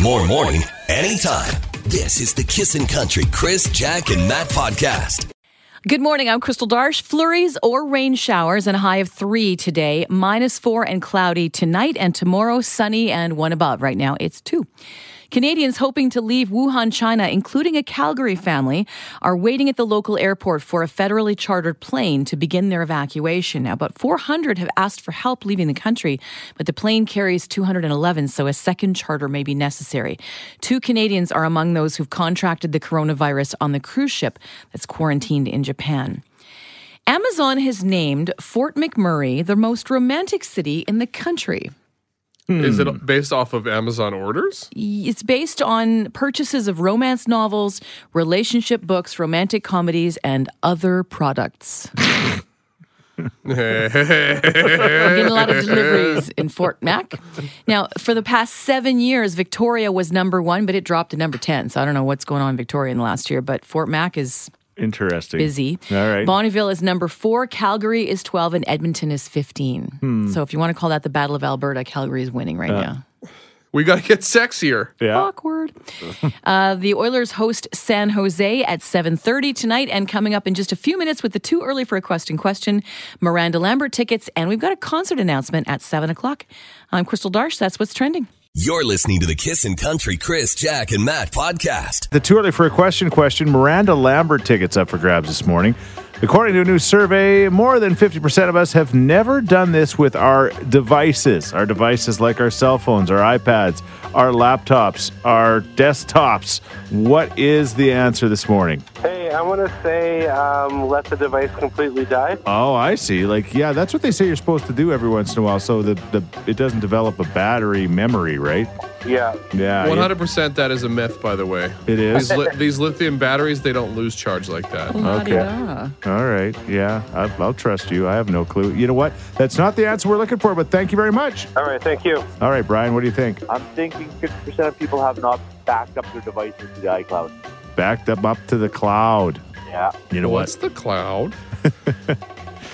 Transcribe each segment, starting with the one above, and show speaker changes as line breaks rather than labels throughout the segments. More morning, anytime. This is the Kissin' Country Chris, Jack, and Matt podcast.
Good morning. I'm Crystal Darsh. Flurries or rain showers and a high of three today, minus four and cloudy tonight, and tomorrow sunny and one above. Right now it's two. Canadians hoping to leave Wuhan, China, including a Calgary family, are waiting at the local airport for a federally chartered plane to begin their evacuation. Now, about 400 have asked for help leaving the country, but the plane carries 211, so a second charter may be necessary. Two Canadians are among those who've contracted the coronavirus on the cruise ship that's quarantined in Japan. Amazon has named Fort McMurray the most romantic city in the country.
Is it based off of Amazon orders?
It's based on purchases of romance novels, relationship books, romantic comedies, and other products. We're getting a lot of deliveries in Fort Mac. Now, for the past seven years, Victoria was number one, but it dropped to number 10. So I don't know what's going on in Victoria in the last year, but Fort Mac is
Interesting.
busy.
All right.
Bonneville is number four, Calgary is 12, and Edmonton is 15.
Hmm.
So if you want to call that the Battle of Alberta, Calgary is winning
Uh,
right now.
we got to get sexier.
yeah.
Awkward. uh, the Oilers host San Jose at 7:30 tonight, and coming up in just a few minutes with the too early for a question question, Miranda Lambert tickets, and we've got a concert announcement at seven o'clock. I'm Crystal Darsh. That's what's trending.
You're listening to the Kissin' Country Chris, Jack, and Matt podcast.
The too early for a question question. Miranda Lambert tickets up for grabs this morning. According to a new survey, more than 50% of us have never done this with our devices. Our devices like our cell phones, our iPads, our laptops, our desktops. What is the answer this morning?
Hey, I want to say um, let the device completely die.
Oh, I see. Like, yeah, that's what they say you're supposed to do every once in a while so the, the it doesn't develop a battery memory, right?
Yeah.
Yeah.
One hundred percent. That is a myth, by the way.
It is?
These, li- these lithium batteries, they don't lose charge like that.
La-di-da.
All right. Yeah, I, I'll trust you. I have no clue. You know what? That's not the answer we're looking for, but thank you very much.
All right. Thank you.
All right, Brian, what do you think?
I'm thinking 50% of people have not backed up their devices to the iCloud.
Backed up up to the cloud.
Yeah.
You know
What's
what?
the cloud?
I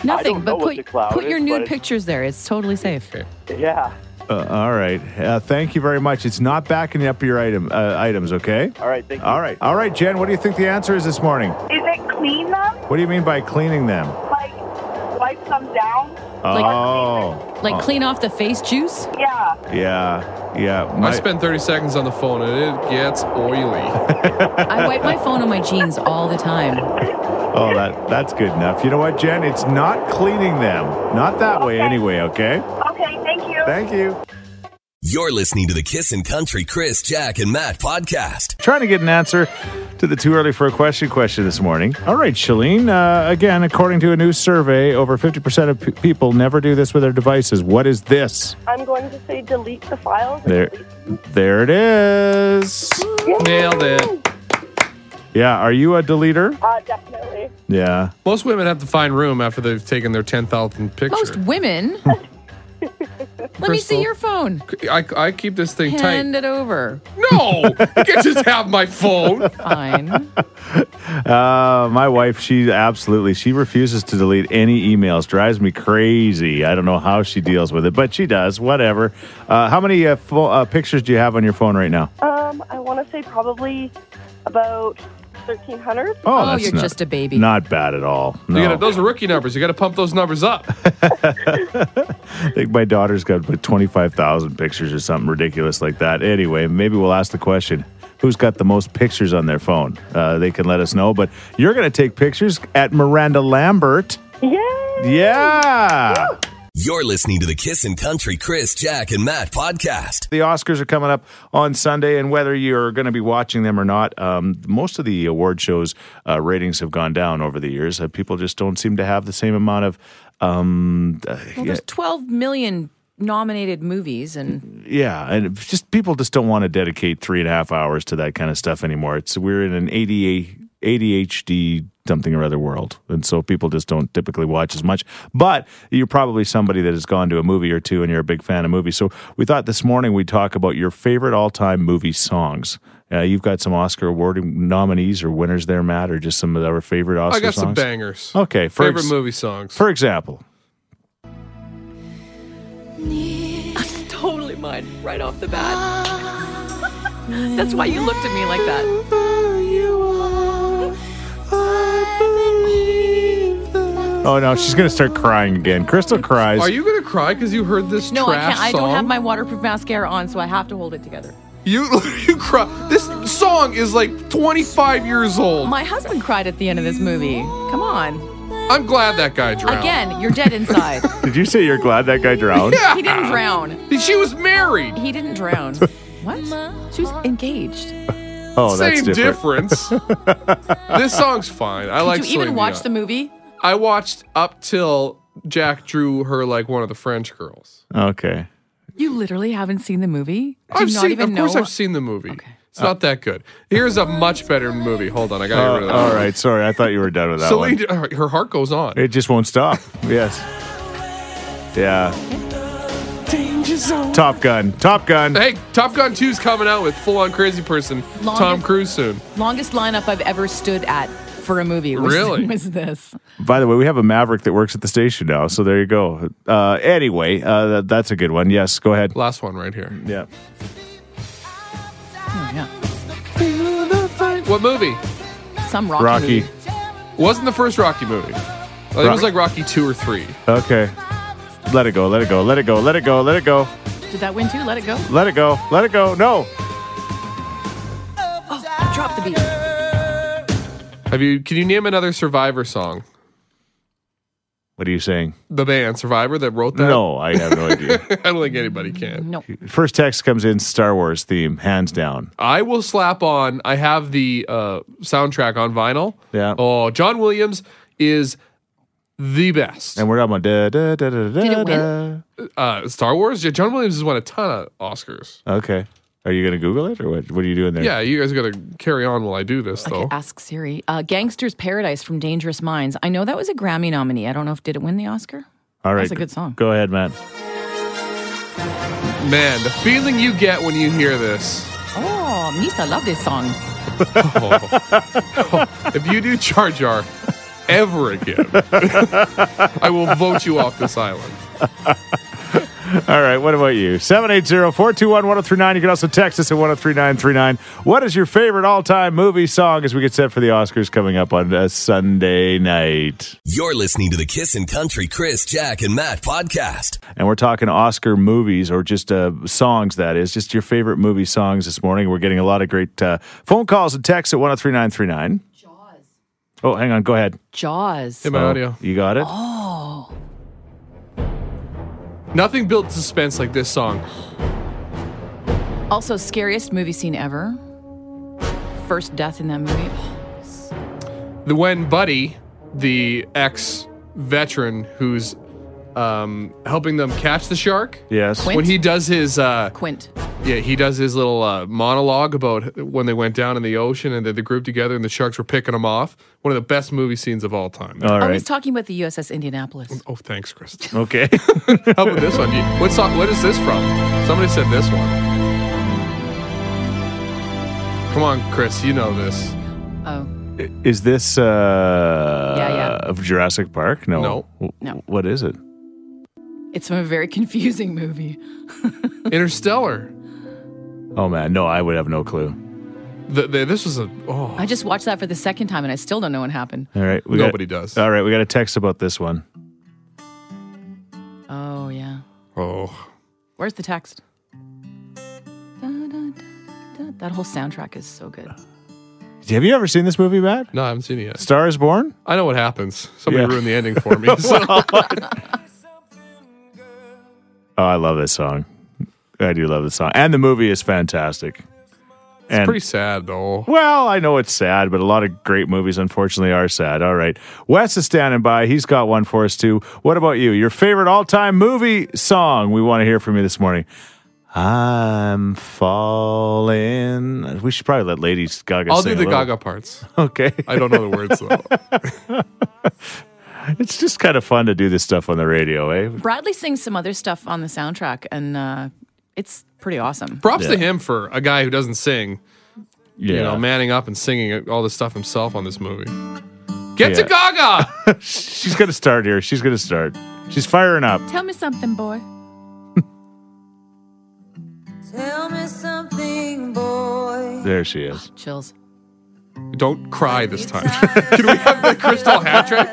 Nothing,
don't
but
know what
put,
the cloud
put your
is,
nude
but-
pictures there. It's totally safe.
Yeah.
Uh, all right. Uh, thank you very much. It's not backing up your item uh, items, okay?
All right. Thank you.
All right. All right, Jen, what do you think the answer is this morning?
Is it clean them?
What do you mean by cleaning them?
Like wipe them down?
oh.
Like clean off the face juice.
Yeah.
Yeah. Yeah.
I spend thirty seconds on the phone, and it gets oily.
I wipe my phone on my jeans all the time.
oh, that that's good enough. You know what, Jen? It's not cleaning them. Not that way
Okay.
anyway, okay?
Okay, thank you.
Thank you.
You're listening to the Kissin' Country Chris, Jack, and Matt podcast.
trying to get an answer to the too early for a question question this morning. All right, Shalene. Uh, again, according to a new survey, over 50% of pe- people never do this with their devices. What is this?
I'm going to say delete the files.
There, there it is.
Nailed it.
Yeah, are you a deleter?
Uh, definitely.
Yeah.
Most women have to find room after they've taken their ten thousandth picture.
Most women. Let me
Crystal.
see your phone.
I, I keep this thing
Hand
tight.
it over.
No, you can't just have my phone.
Fine.
Uh, my wife, she absolutely she refuses to delete any emails. Drives me crazy. I don't know how she deals with it, but she does. Whatever. Uh, how many uh, fo- uh, pictures do you have on your phone right now?
Um, I want to say probably about 1300.
Oh,
that's
you're
not-
just a baby.
Not bad at all. No.
You gotta, those are rookie numbers. You got to pump those numbers up.
I think my daughter's got about 25,000 pictures or something ridiculous like that. Anyway, maybe we'll ask the question who's got the most pictures on their phone? Uh, they can let us know. But you're going to take pictures at Miranda Lambert.
Yay!
Yeah.
You're listening to the Kissin' Country Chris, Jack, and Matt podcast.
The Oscars are coming up on Sunday, and whether you're going to be watching them or not, um, most of the award shows' uh, ratings have gone down over the years. Uh, people just don't seem to have the same amount of. Um, uh,
Well,
yeah.
there's 12 million nominated movies, and
Yeah, and it's just people just don't want to dedicate three and a half hours to that kind of stuff anymore. It's we're in an ADA, ADHD something or other world, and so people just don't typically watch as much. But you're probably somebody that has gone to a movie or two, and you're a big fan of movies. So we thought this morning we'd talk about your favorite all-time movie songs. Uh, you've got some Oscar award nominees or winners there, Matt, or just some of our favorite Oscar
I got some
songs?
bangers.
Okay, for
Favorite
ex-
movie songs.
For example,
totally mine right off the bat. That's why you looked at me like that.
Oh no, she's gonna start crying again. Crystal cries.
Are you gonna cry because you heard this
No, I
trash
can't. I
song?
don't have my waterproof mascara on, so I have to hold it together.
You you cry. This song is like 25 years old.
My husband cried at the end of this movie. Come on.
I'm glad that guy drowned.
Again, you're dead inside.
Did you say you're glad that guy drowned?
Yeah.
he didn't drown.
She was married.
He didn't drown. What? She was engaged.
Oh, that's
Same
different.
difference. this song's fine. I like.
Did you even
Celine
watch the
Dion.
movie?
I watched up till Jack drew her like one of the French girls.
Okay.
You literally haven't seen the movie? Do
I've
you not
seen.
even
of course,
know?
I've seen the movie. It's not that good. Here's a much better movie. Hold on, I gotta get rid of
Uh,
that.
all right. Sorry, I thought you were done with that
Celine,
one.
her- her heart goes on.
It just won't stop. Yes. Yeah. Top Gun. Top Gun.
Hey, Top Gun 2's coming out with full on crazy person
Long-
Tom Cruise soon.
Longest lineup I've ever stood at for a movie was,
Really?
was this.
By the way, we have a Maverick that works at the station now, so there you go. Uh, anyway, uh, that, that's a good one. Yes, go ahead.
Last one right here.
Yeah.
Yeah.
What movie?
Some Rocky.
Rocky.
movie.
Wasn't the first Rocky movie. I think it was
Ro-
like Rocky 2 or 3.
Okay. Let it go. Let it go. Let it go. Let it go. Let it go.
Did that win too? Let it go.
Let it go. Let it go. No.
Drop the beat.
Have you can you name another Survivor song?
What are you saying?
The band Survivor that wrote that?
No, I have no idea.
I don't think anybody can.
No.
First text comes in Star Wars theme, hands down.
I will slap on I have the uh, soundtrack on vinyl.
Yeah.
Oh, John Williams is the best.
And we're talking about da da da da da.
Did it win?
da.
Uh, Star Wars? Yeah, John Williams has won a ton of Oscars.
Okay. Are you going to Google it or what? What are you doing there?
Yeah, you guys gotta carry on while I do this though.
Okay, ask Siri. Uh, Gangster's Paradise from Dangerous Minds. I know that was a Grammy nominee. I don't know if did it win the Oscar.
All right.
That's a good song.
Go ahead, Matt.
Man, the feeling you get when you hear this.
Oh, Misa, love this song.
Oh. If you do Char Jar ever again, I will vote you off this island.
All right. What about you? 780 421 1039. You can also text us at 103939. What is your favorite all time movie song as we get set for the Oscars coming up on uh, Sunday night?
You're listening to the Kissin' Country Chris, Jack, and Matt podcast.
And we're talking Oscar movies or just uh, songs, that is, just your favorite movie songs this morning. We're getting a lot of great uh, phone calls and texts at 103939. Jaws. Oh, hang on. Go ahead.
Jaws.
In my
Oh,
audio.
You got it?
Nothing built suspense like this song.
Also, scariest movie scene ever. First death in that movie.
The when Buddy, the ex veteran who's um, helping them catch the shark,
Yes.
Quint.
when he does his uh,
Quint.
yeah, he does his little uh, monologue about when they went down in the ocean and they the group together and the sharks were picking them off. One of the best movie scenes of all time.
All
I was
right.
talking about the USS Indianapolis.
oh, thanks, Chris.
Okay.
How about this one? Do you- What song? What is this from? Somebody said this one. Come on, Chris, you know this.
Oh,
Is this uh
yeah.
of Jurassic Park? No.
No.
W-
No.
What is it?
it's from a very confusing movie.
Interstellar.
Oh man, no, I would have no clue.
The, the, this was a oh.
I just watched that for the second time and I still don't know what happened.
All right. We
Nobody
got,
does.
All right, we got a text about this one.
Oh, yeah.
oh.
Where's the text? Da, da, da, da. That whole soundtrack is so good.
Have you ever seen this movie, Matt?
No, I haven't seen it yet.
Star is Born?
I know what happens. Somebody
Yeah.
ruined the ending for me. So.
Oh, I love this song. I do love this song. And the movie is fantastic.
it's
and
pretty sad though.
Well, I know it's sad, but a lot of great movies unfortunately are sad. All right. Wes is standing by. He's got one for us too. What about you? Your favorite all-time movie song? We want to hear from you this morning. I'm falling. We should probably let Lady Gaga.
I'll
sing
do
a
the
little.
Gaga parts.
Okay,
I don't know the words though.
it's just kind of fun to do this stuff on the radio, eh?
Bradley sings some other stuff on the soundtrack and uh, it's pretty awesome.
Props to him for a guy who doesn't sing.
Yeah,
You know, manning up and singing all this stuff himself on this movie. Get to
Yeah.
Gaga.
She's gonna start here. She's gonna start. She's firing up.
Tell me something, boy.
Tell me something, boy.
There she is.
Chills.
Don't cry this time. Can we have the crystal hat trick?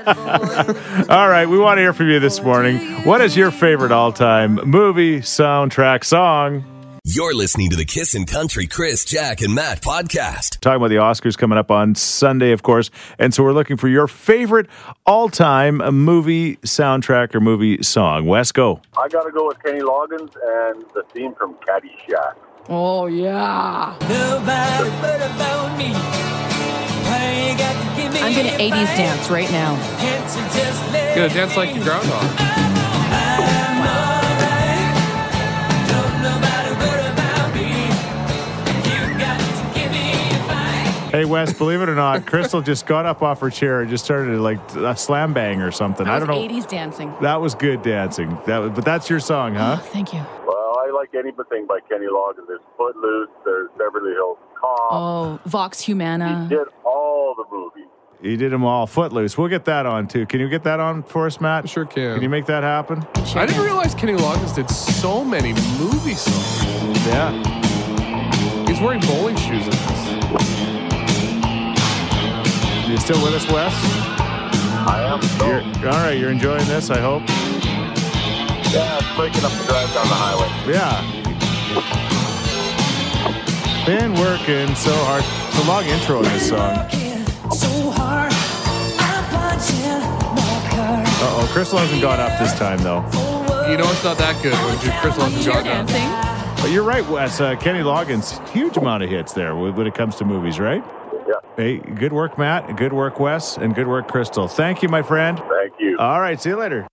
All right, we want to hear from you this morning. What is your favorite all-time movie, soundtrack, song?
You're listening to the Kissin' Country Chris, Jack, and Matt podcast.
Talking about the Oscars coming up on Sunday, of course. And so we're looking for your favorite all time movie soundtrack or movie song. Wes, go.
I got to go with Kenny Loggins and the theme from Caddyshack.
Oh, yeah. I'm going to 80s dance right now.
Gonna dance like the groundhog.
Hey, Wes, believe it or not, Crystal just got up off her chair and just started to, like a slam bang or something. I
That
don't
was
know.
80s dancing.
That was good dancing. That was, but that's your song, huh?
Thank you.
Well, I like anything by Kenny Loggins. There's Footloose, there's Beverly Hills Cop.
Oh, Vox
He
Humana.
did all the movies.
You did them all. Footloose. We'll get that on too. Can you get that on for us, Matt?
Sure can.
Can you make that happen?
Sure
I didn't
can.
realize Kenny Loggins did so many movie songs.
Yeah.
He's wearing bowling shoes in this.
You still with us, Wes?
I am
You're,
so.
all right. You're enjoying this, I hope.
Yeah, it's breaking up the drive down the highway.
Yeah. Been working so hard. It's a long intro in this song. Uh oh, Crystal hasn't gone up this time though.
You know it's not that good when you Chris Lawson
Chair
got down.
dancing.
But you're right, Wes. Uh, Kenny Loggins, huge amount of hits there when when it comes to movies, right?
Yeah,
Hey, good work, Matt. Good work, Wes. And good work, Crystal. Thank you, my friend.
thank you.
All right, see you later.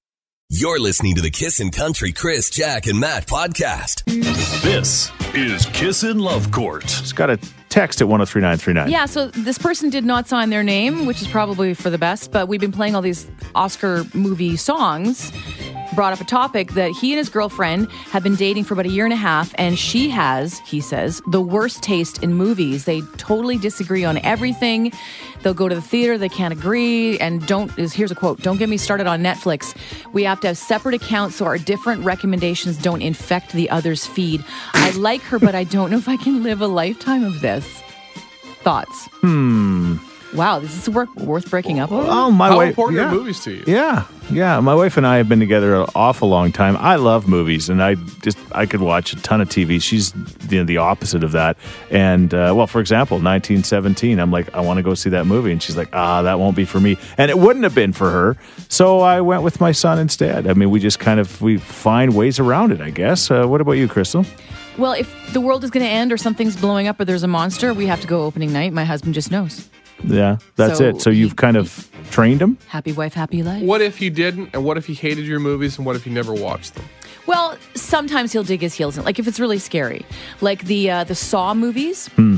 You're listening to the Kissin' Country Chris, Jack, and Matt podcast.
This is Kissin' Love Court.
Just got a text at 103939.
Yeah, so this person did not sign their name, which is probably for the best, but we've been playing all these Oscar movie songs. Brought up a topic that he and his girlfriend have been dating for about a year and a half, and she has, he says, the worst taste in movies. They totally disagree on everything. They'll go to the theater, they can't agree, and don't, is here's a quote Don't get me started on Netflix. We have to have separate accounts so our different recommendations don't infect the other's feed. I like her, but I don't know if I can live a lifetime of this thoughts. Hmm. Wow, this is work worth breaking up over.
Oh, my
How
wife.
important
yeah.
are movies to you?
Yeah, yeah. My wife and I have been together an awful long time. I love movies, and I just I could watch a ton of TV. She's you know, the opposite of that. And uh, well, for example, 1917. I'm like, I want to go see that movie, and she's like, Ah, that won't be for me. And it wouldn't have been for her. So I went with my son instead. I mean, we just kind of we find ways around it, I guess. Uh, what about you, Crystal?
Well, if the world is going to end or something's blowing up or there's a monster, we have to go opening night. My husband just knows.
Yeah, that's
So
it. So you've
he-
kind of trained him.
Happy wife, happy life.
What if he didn't? And what if he hated your movies? And what if he never watched them?
Well, sometimes he'll dig his heels in, like if it's really scary, like the uh, the Saw movies.
Hmm.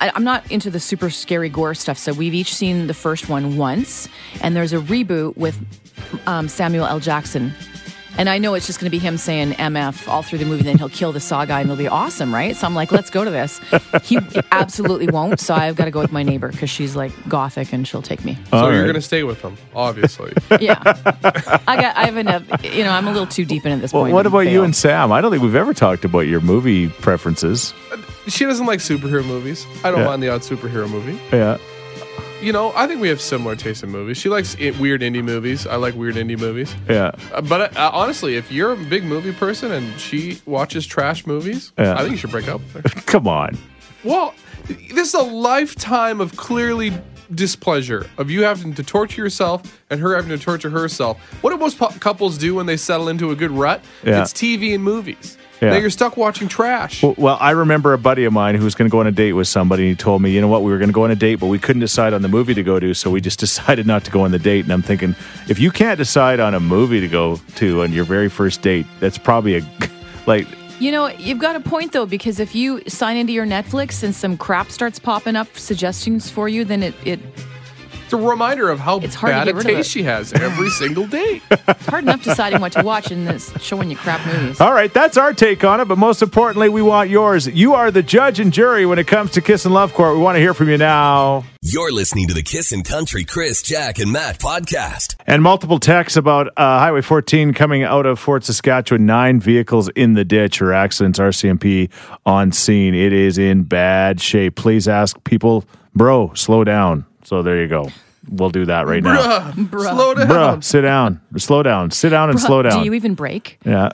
I, I'm not into the super scary gore stuff, so we've each seen the first one once, and there's a reboot with um, Samuel L. Jackson. And I know it's just going to be him saying MF all through the movie, then he'll kill the Saw guy and it'll be awesome, right? So I'm like, let's go to this. He absolutely won't, so I've got to go with my neighbor because she's like gothic and she'll take me.
So
All
you're
right.
gonna stay with them, obviously.
Yeah. I got, I have enough, you know, I'm a little too deep in at this
Well,
point.
what about you
Fail.
and Sam? I don't think we've ever talked about your movie preferences.
she doesn't like superhero movies. I don't
Yeah.
mind the odd superhero movie.
Yeah.
You know, I think we have similar taste in movies. She likes i weird indie movies. I like weird indie movies.
Yeah.
Uh, but uh, honestly, if you're a big movie person and she watches trash movies,
Yeah.
I think you should break up with her.
Come on.
Well, this is a lifetime of clearly displeasure of you having to torture yourself and her having to torture herself. What do most pu- couples do when they settle into a good rut?
Yeah.
It's TV and movies.
Yeah.
Now you're stuck watching trash.
Well, well, I remember a buddy of mine who was going to go on a date with somebody. And he told me, you know what, we were going to go on a date, but we couldn't decide on the movie to go to, so we just decided not to go on the date. And I'm thinking, if you can't decide on a movie to go to on your very first date, that's probably a like,
You know, you've got a point though, because if you sign into your Netflix and some crap starts popping up suggestions for you, then it, it
It's a reminder of how
It's hard to
bad
get
a
rid of
taste
it.
she has every single day.
It's hard enough deciding what to watch and it's showing you crap movies.
All right, that's our take on it, but most importantly, we want yours. You are the judge and jury when it comes to Kiss and Love Court. We want to hear from you now.
You're listening to the Kissin' Country Chris, Jack, and Matt podcast.
And multiple texts about uh, Highway 14 coming out of Fort Saskatchewan. Nine vehicles in the ditch or accidents. RCMP on scene. It is in bad shape. Please ask people, bro, slow down. So there you go. We'll do that right now.
Slow down.
Bruh, sit down. Slow down. Sit down and slow down.
Do you even break?
Yeah,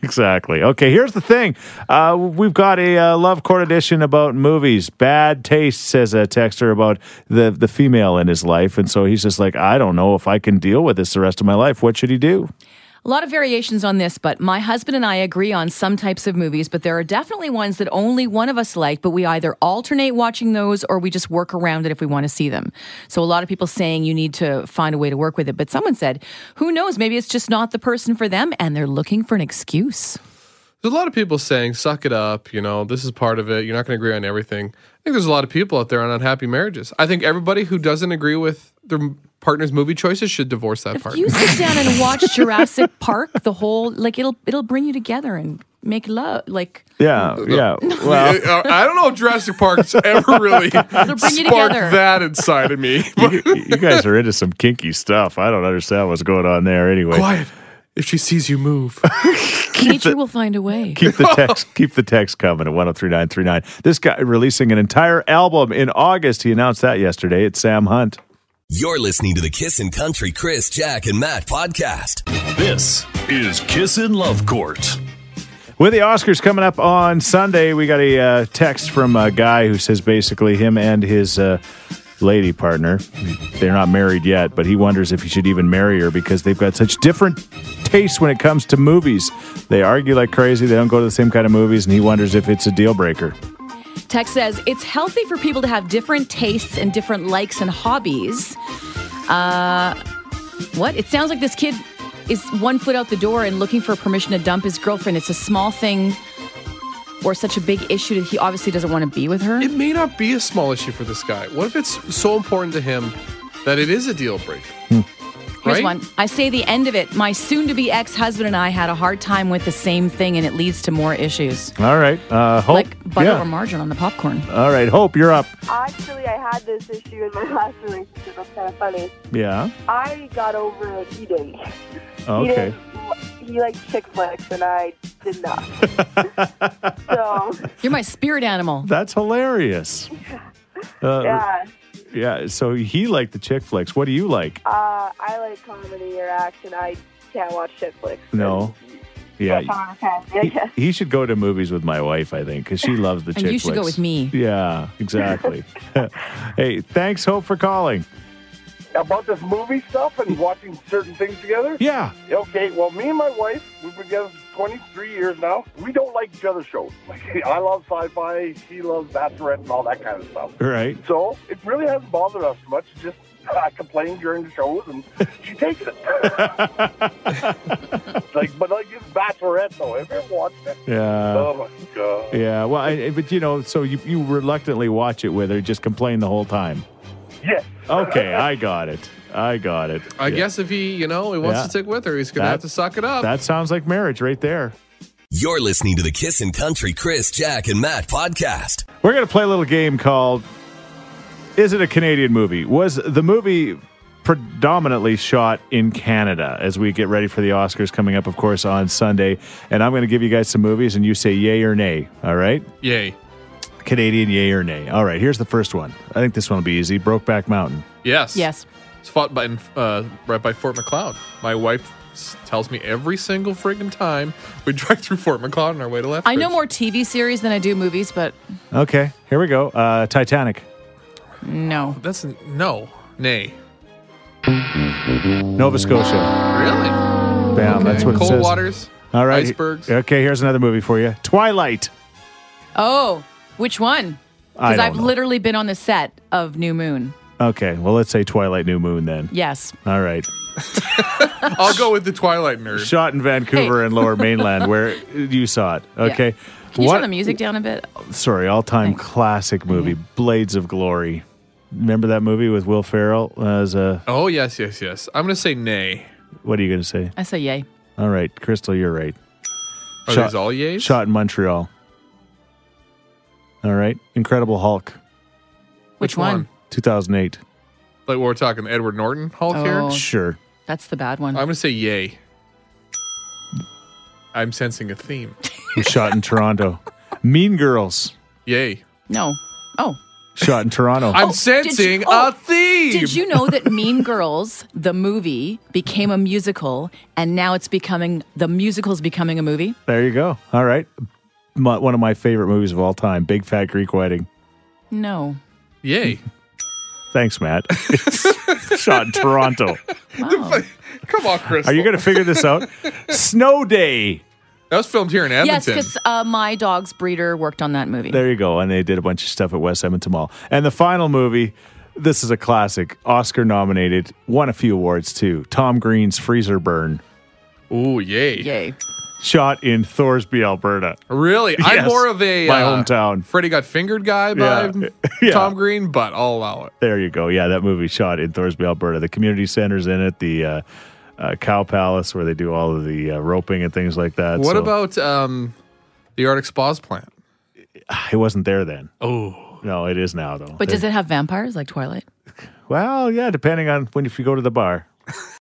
exactly. Okay, here's the thing. Uh, we've got a uh, love court edition about movies. Bad taste, says a texter about the the female in his life, and so he's just like, I don't know if I can deal with this the rest of my life. What should he do?
A lot of variations on this, but my husband and I agree on some types of movies, but there are definitely ones that only one of us like, but we either alternate watching those or we just work around it if we want to see them. So a lot of people saying you need to find a way to work with it, but someone said, who knows, maybe it's just not the person for them and they're looking for an excuse.
There's a lot of people saying, suck it up. You know, this is part of it. You're not going to agree on everything. I think there's a lot of people out there on unhappy marriages. I think everybody who doesn't agree with their m- partner's movie choices should divorce that
You
partner.
sit down and watch Jurassic Park, the whole like it'll it'll bring you together and make love like
Yeah, yeah. Well,
Uh, I don't know if Jurassic Park's ever really
bring you
sparked
together.
that inside of me.
you, you guys are into some kinky stuff. I don't understand what's going on there. Anyway,
Quiet. If she sees you move,
nature will find a way.
keep the text keep the text coming at 103939. This guy releasing an entire album in August. He announced that yesterday. It's Sam Hunt.
You're listening to the Kissin' Country Chris, Jack, and Matt podcast.
This is Kissin' Love Court.
With the Oscars coming up on Sunday, we got a uh, text from a guy who says basically him and his uh, lady partner, they're not married yet, but he wonders if he should even marry her because they've got such different tastes when it comes to movies. They argue like crazy, they don't go to the same kind of movies, and he wonders if it's a deal breaker.
Tech says it's healthy for people to have different tastes and different likes and hobbies. Uh, what? It sounds like this kid is one foot out the door and looking for permission to dump his girlfriend. It's a small thing or such a big issue that he obviously doesn't want to be with her.
it may not be a small issue for this guy. What if it's so important to him that it is a deal breaker?
Hmm.
Here's
right?
one. I say the end of it. My soon to be ex husband and I had a hard time with the same thing, and it leads to more issues.
All right. Uh, Hope.
Like butter
yeah.
or margarine on the popcorn.
All right. Hope, you're up.
Actually, I had this issue in my last relationship. That's kind of funny.
Yeah.
I got over it. He didn't. He,
Okay.
didn't, he liked chick flicks, and I did not. so,
You're my spirit animal.
That's hilarious. Uh,
yeah,
yeah. So he liked the chick flicks. What do you like?
uh, I like comedy or action. I can't watch chick flicks.
No. Yeah.
Okay.
he, he should go to movies with my wife, I think, because she loves the chick
And you should go
flicks.
with me.
Yeah, exactly. hey, thanks, Hope, for calling.
About this movie stuff and watching certain things together?
Yeah.
Okay, well, me and my wife, we've been together for 23 years now. We don't like each other's shows. Like, I love sci-fi, she loves Bachelorette and all that kind of stuff.
Right.
So it really hasn't bothered us much. Just I complain during the shows, and she takes it. like, but like this Bachelorette, though, have you ever watched it?
Yeah.
oh my god!
Yeah. Well, I, but you know, so you, you reluctantly watch it with her, just complain the whole time.
Yes.
Okay, I got it. I got it.
I
Yeah.
guess if he, you know, he wants
Yeah.
to stick with her, he's going to
That-
have to suck it up.
that sounds like marriage right there.
You're listening to the Kissin' Country Chris, Jack, and Matt podcast.
We're going to play a little game called Is it a Canadian movie? Was the movie predominantly shot in Canada as we get ready for the Oscars coming up, of course, on Sunday? And I'm going to give you guys some movies and you say yay or nay. All right?
Yay.
Canadian yay or nay. All right, here's the first one. I think this one will be easy Brokeback Mountain.
Yes.
Yes.
It's fought by uh, right by Fort McLeod. My wife s- tells me every single friggin' time we drive through Fort McLeod on our way to Lethbridge.
I know more TV series than I do movies, but
Okay, here we go. Uh, Titanic.
no.
That's n- no, nay.
Nova Scotia.
Really?
Bam, that's what it
Cold
says.
waters.
All right.
Icebergs.
Okay, here's another movie for you Twilight.
Oh, which one?
I
Because
don't
I've
know.
literally been on the set of New Moon.
Okay, well, let's say Twilight New Moon then.
Yes.
All right.
I'll go with the Twilight nerd.
shot in Vancouver and Lower Mainland, where you saw it. Okay,
Can you turn the music down a bit?
Sorry, all-time classic movie, Blades of Glory. Remember that movie with Will Ferrell as a.
Oh yes, yes, yes. I'm gonna say nay.
What are you going to say?
I say yay.
All right, Crystal, you're right.
Are
Shot-
these all yays?
Shot in Montreal. All right, Incredible Hulk,
Which, one?
2008.
Like we're talking Edward Norton Hulk
Oh.
here.
Sure.
That's the bad one.
I'm gonna say yay. I'm sensing a theme.
Who shot in Toronto? Mean Girls,
Yay.
no. Oh.
shot in Toronto.
Oh, did
I'm
you-
sensing
oh,
a theme.
Did you know that Mean Girls, the movie, became a musical and now it's becoming the musical's becoming a movie?
there you go. All right. My, one of my favorite movies of all time, Big Fat Greek Wedding.
No.
Yay.
Thanks, Matt. It's shot in Toronto.
Wow.
Come on, Chris.
Are you going to figure this out? Snow Day.
That was filmed here in
yes,
Edmonton.
because uh, my dog's breeder worked on that movie.
There you go. And they did a bunch of stuff at West Edmonton Mall. And the final movie, this is a classic, Oscar nominated, won a few awards too. Tom Green's Freezer Burn,
Ooh, yay.
Yay.
shot in Thorsby, Alberta.
Really? I'm
Yes,
more of a uh,
my hometown.
Freddie got fingered guy by
Yeah. Yeah.
Tom Green, but I'll allow it.
There you go. Yeah, that movie shot in Thorsby, Alberta. The community center's in it. The uh, uh, Cow Palace, where they do all of the uh, roping and things like that.
What
So,
about um, the Arctic Spas plant?
It wasn't there then.
Oh,
No, it is now though.
But does it have vampires like Twilight?
Well, yeah, depending on when if you go to the bar.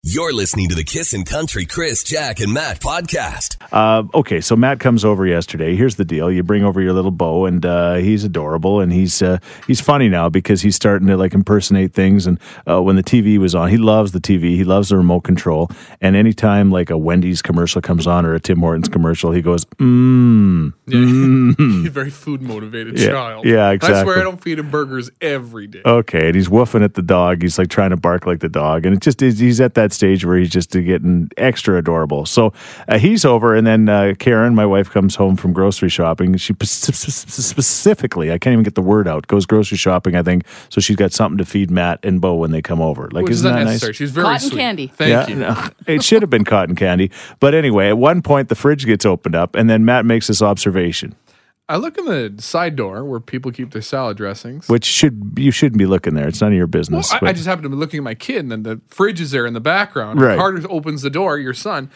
You're listening to the Kissin' Country Chris, Jack, and Matt podcast.
Uh, okay, so Matt comes over yesterday. Here's the deal: you bring over your little beau, and uh, he's adorable, and he's uh, he's funny now because he's starting to like impersonate things. And uh, when the TV was on, he loves the TV, he loves the remote control, and anytime like a Wendy's commercial comes on or a Tim Hortons commercial, he goes, "Mmm."
yeah. He's a very food motivated
Mm-hmm. Yeah.
child.
Yeah,
I swear
exactly. Oh,
I don't feed him burgers every day.
Okay, and he's woofing at the dog. He's like trying to bark like the dog, and it just is, he's at that stage where he's just getting extra adorable. So uh, he's over, and then uh, Karen, my wife, comes home from grocery shopping. She p- s- s- s- specifically, I can't even get the word out, goes grocery shopping. I think so. She's got something to feed Matt and Bo when they come over. Like,
Which is
isn't that nice?
unnecessary. She's very
Cotton
sweet.
candy.
Thank you.
no, it should have been cotton candy. But anyway, at one point the fridge gets opened up, and then Matt makes this observation,
I look in the side door where people keep their salad dressings.
which should you shouldn't be looking there. It's none of your
Well,
business.
I, I
but-
just happened to be looking at my kid, and then the fridge is there in the background.
Right.
Carter opens the door, your son,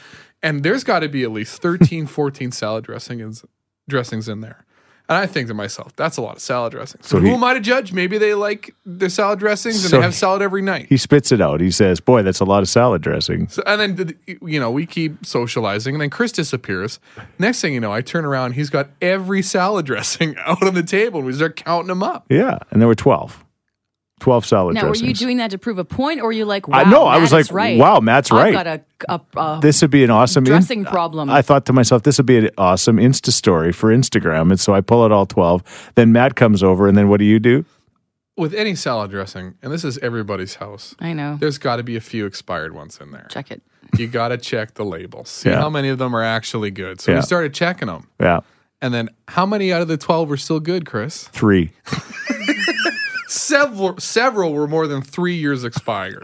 and there's got to be at least 13, 14 salad dressings, dressings in there. And I think to myself, that's a lot of salad dressings.
So
Who
he-
am I to judge? Maybe they like their salad dressings and
So
they have
he-
salad every night.
he spits it out. He says, "Boy, that's a lot of salad dressing."
So, and then, did- you know, we keep socializing, and then Chris disappears. Next thing you know, I turn around, he's got every salad dressing out on the table, and we start counting them up.
Yeah, and there were 12. 12 salad
Now, were
dressings.
you doing that to prove a point or are you like, wow,
I know, I
Matt
was
is
like,
right.
wow, Matt's
I've
right.
got a, a, a
this would be an awesome
dressing problem.
I thought to myself, this would be an awesome Insta story for Instagram. And so I pull out all 12. Then Matt comes over, and then what do you do?
With any salad dressing, and this is everybody's house,
I know.
there's got to be a few expired ones in there.
Check it.
you got to check the labels, see
Yeah.
how many of them are actually good. So
Yeah.
we started checking them.
Yeah,
And then how many out of the 12 were still good, Chris?
three.
Several several were more than three years expired.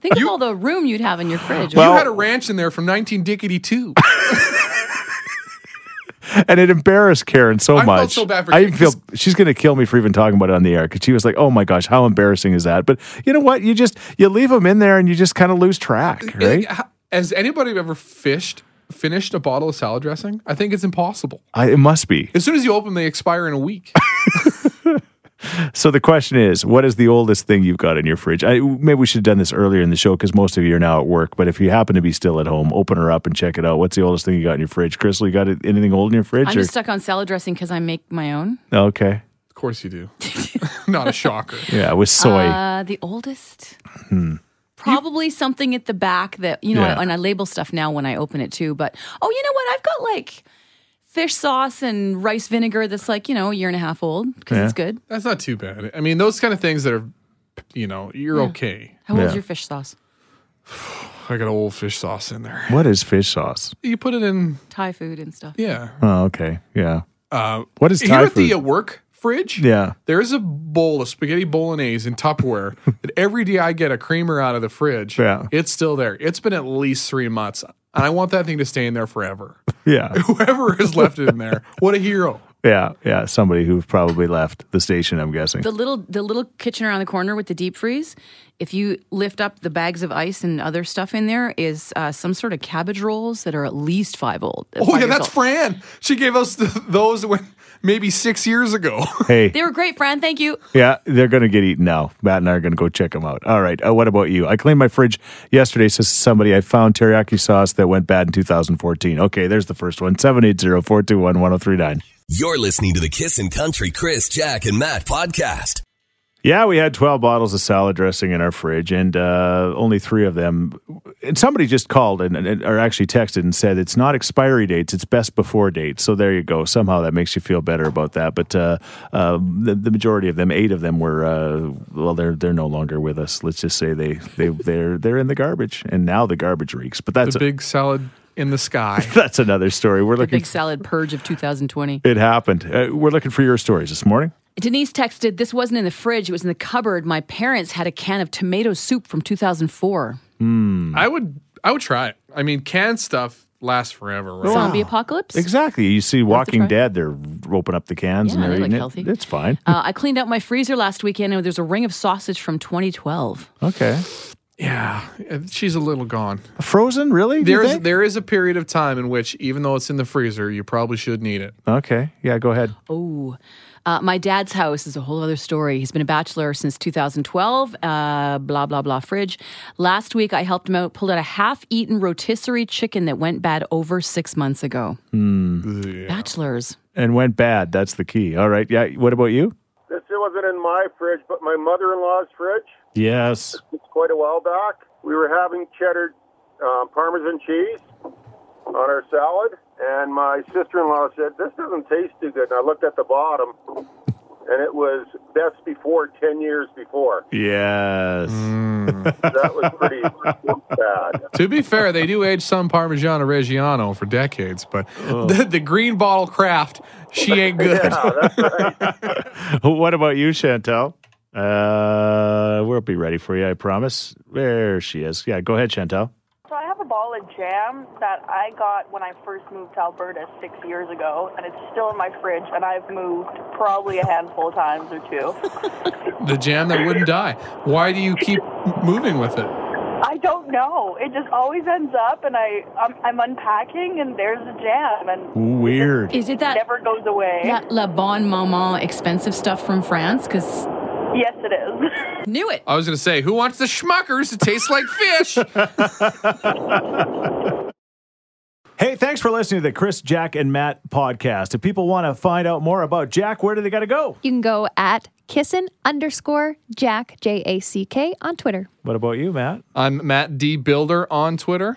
Think of all the room you'd have in your fridge.
you
Well-
had a ranch in there from 19 Dickety 2.
And it embarrassed Karen so
I felt
much.
so bad for
I
Karen,
even feel
'cause-
she's going to kill me for even talking about it on the air because she was like, "Oh my gosh, how embarrassing is that?" But you know what? You just you leave them in there and you just kind of lose track,
Uh,
right?
Has anybody ever fished, finished a bottle of salad dressing? I think it's impossible.
I, it must be.
As soon as you open, they expire in a week.
So the question is, what is the oldest thing you've got in your fridge? I, maybe we should have done this earlier in the show because most of you are now at work. But if you happen to be still at home, open her up and check it out. What's the oldest thing you got in your fridge, Crystal? You got it- anything old in your fridge?
I'm just stuck on salad dressing because I make my own.
okay,
of course you do. Not a shocker.
yeah, with soy.
Uh, the oldest? Probably something at the back that, you know,
Hmm. Yeah.
and I label stuff now when I open it too. But, oh, you know what? I've got like fish sauce and rice vinegar that's like, you know, a year and a half old because it's good.
That's not too bad. I mean, those kind of things that are, you know, you're okay.
How old's
Yeah.
your fish sauce?
I got old fish sauce in there.
what is fish sauce?
You put it in,
Thai food and stuff.
yeah.
Oh, okay, yeah.
Uh,
What is
here
Thai
at the
food?
uh, work fridge,
Yeah.
there is a bowl of spaghetti bolognese in Tupperware that every day I get a creamer out of the fridge.
Yeah.
It's still there. It's been at least three months. And I want that thing to stay in there forever.
Yeah,
Whoever has left it in there, what a hero.
Yeah, yeah. Somebody who probably left the station, I'm guessing.
The little the little kitchen around the corner with the deep freeze. If you lift up the bags of ice and other stuff in there, is uh, some sort of cabbage rolls that are at least five old.
Oh yeah, that's Fran. She gave us th those when maybe six years ago.
hey,
They were great, Fran. Thank you.
yeah, they're going to get eaten now. Matt and I are going to go check them out. All right. Uh, what about you? I cleaned my fridge yesterday, says somebody. I found teriyaki sauce that went bad in 2014. Okay, there's the first one 780 421 1039.
You're listening to the Kissin' Country Chris, Jack, and Matt podcast.
Yeah, we had 12 bottles of salad dressing in our fridge, and uh, only three of them. And somebody just called and, and or actually texted and said it's not expiry dates, it's best before dates. So there you go. Somehow that makes you feel better about that. But uh, uh, the, the majority of them, eight of them, were uh, well, they're they're no longer with us. Let's just say they they they're they're in the garbage, and now the garbage reeks. But that's
the big salad in the sky.
that's another story. We're
The
looking.
big salad purge of 2020.
It happened. Uh, we're looking for your stories this morning.
Denise texted, "This wasn't in the fridge. It was in the cupboard. My parents had a can of tomato soup from 2004.
Hmm.
I would I would try it. I mean, canned stuff lasts forever, right?
Zombie apocalypse."
Exactly. You see Walking
try.
Dead, they're roping up the
Yeah,
cans and they're,
they look
eating
healthy.
it. It's fine.
Uh, I cleaned out my freezer last weekend, and there's a ring of sausage from 2012.
Okay.
Yeah, she's a little gone.
Frozen, really? Do you
There is
think?
there is a period of time in which, even though it's in the freezer, you probably should need it.
Okay. Yeah, go ahead.
Oh. Uh, my dad's house is a whole other story. He's been a bachelor since 2012, uh, blah, blah, blah, fridge. Last week, I helped him out, pulled out a half eaten rotisserie chicken that went bad over six months ago. Bachelors.
And went bad. That's the key. All right. Yeah. What about you?
This wasn't in my fridge, but my mother-in-law's fridge.
Yes.
It's quite a while back. We were having cheddar um, parmesan cheese on our salad, and my sister-in-law said, "This doesn't taste too good." And I looked at the bottom, and it was best before ten years before.
Yes.
Mm.
That was pretty bad.
To be fair, they do age some Parmigiano Reggiano for decades, but
Oh.
the, the green bottle craft, she ain't good.
What about you, Chantel? Uh, we'll be ready for you, I promise. There she is. Yeah, go ahead, Chantel.
So I have a ball of jam that I got when I first moved to Alberta six years ago, and it's still in my fridge, and I've moved probably a handful of times or two.
The jam that wouldn't die. Why do you keep moving with it?
I don't know. It just always ends up, and I I'm, I'm unpacking, and there's the jam, and
Weird.
Is it
it
that,
never goes away.
that La Bonne Maman expensive stuff from France? Because
Yes, it is.
knew it.
I was going to say, who wants the schmuckers to taste like fish?
Hey, thanks for listening to the Chris, Jack, and Matt podcast. If people want to find out more about Jack, where do they got to go?
You can go at kissin underscore Jack, J A C K, on Twitter.
What about you, Matt?
I'm Matt D. Builder on Twitter.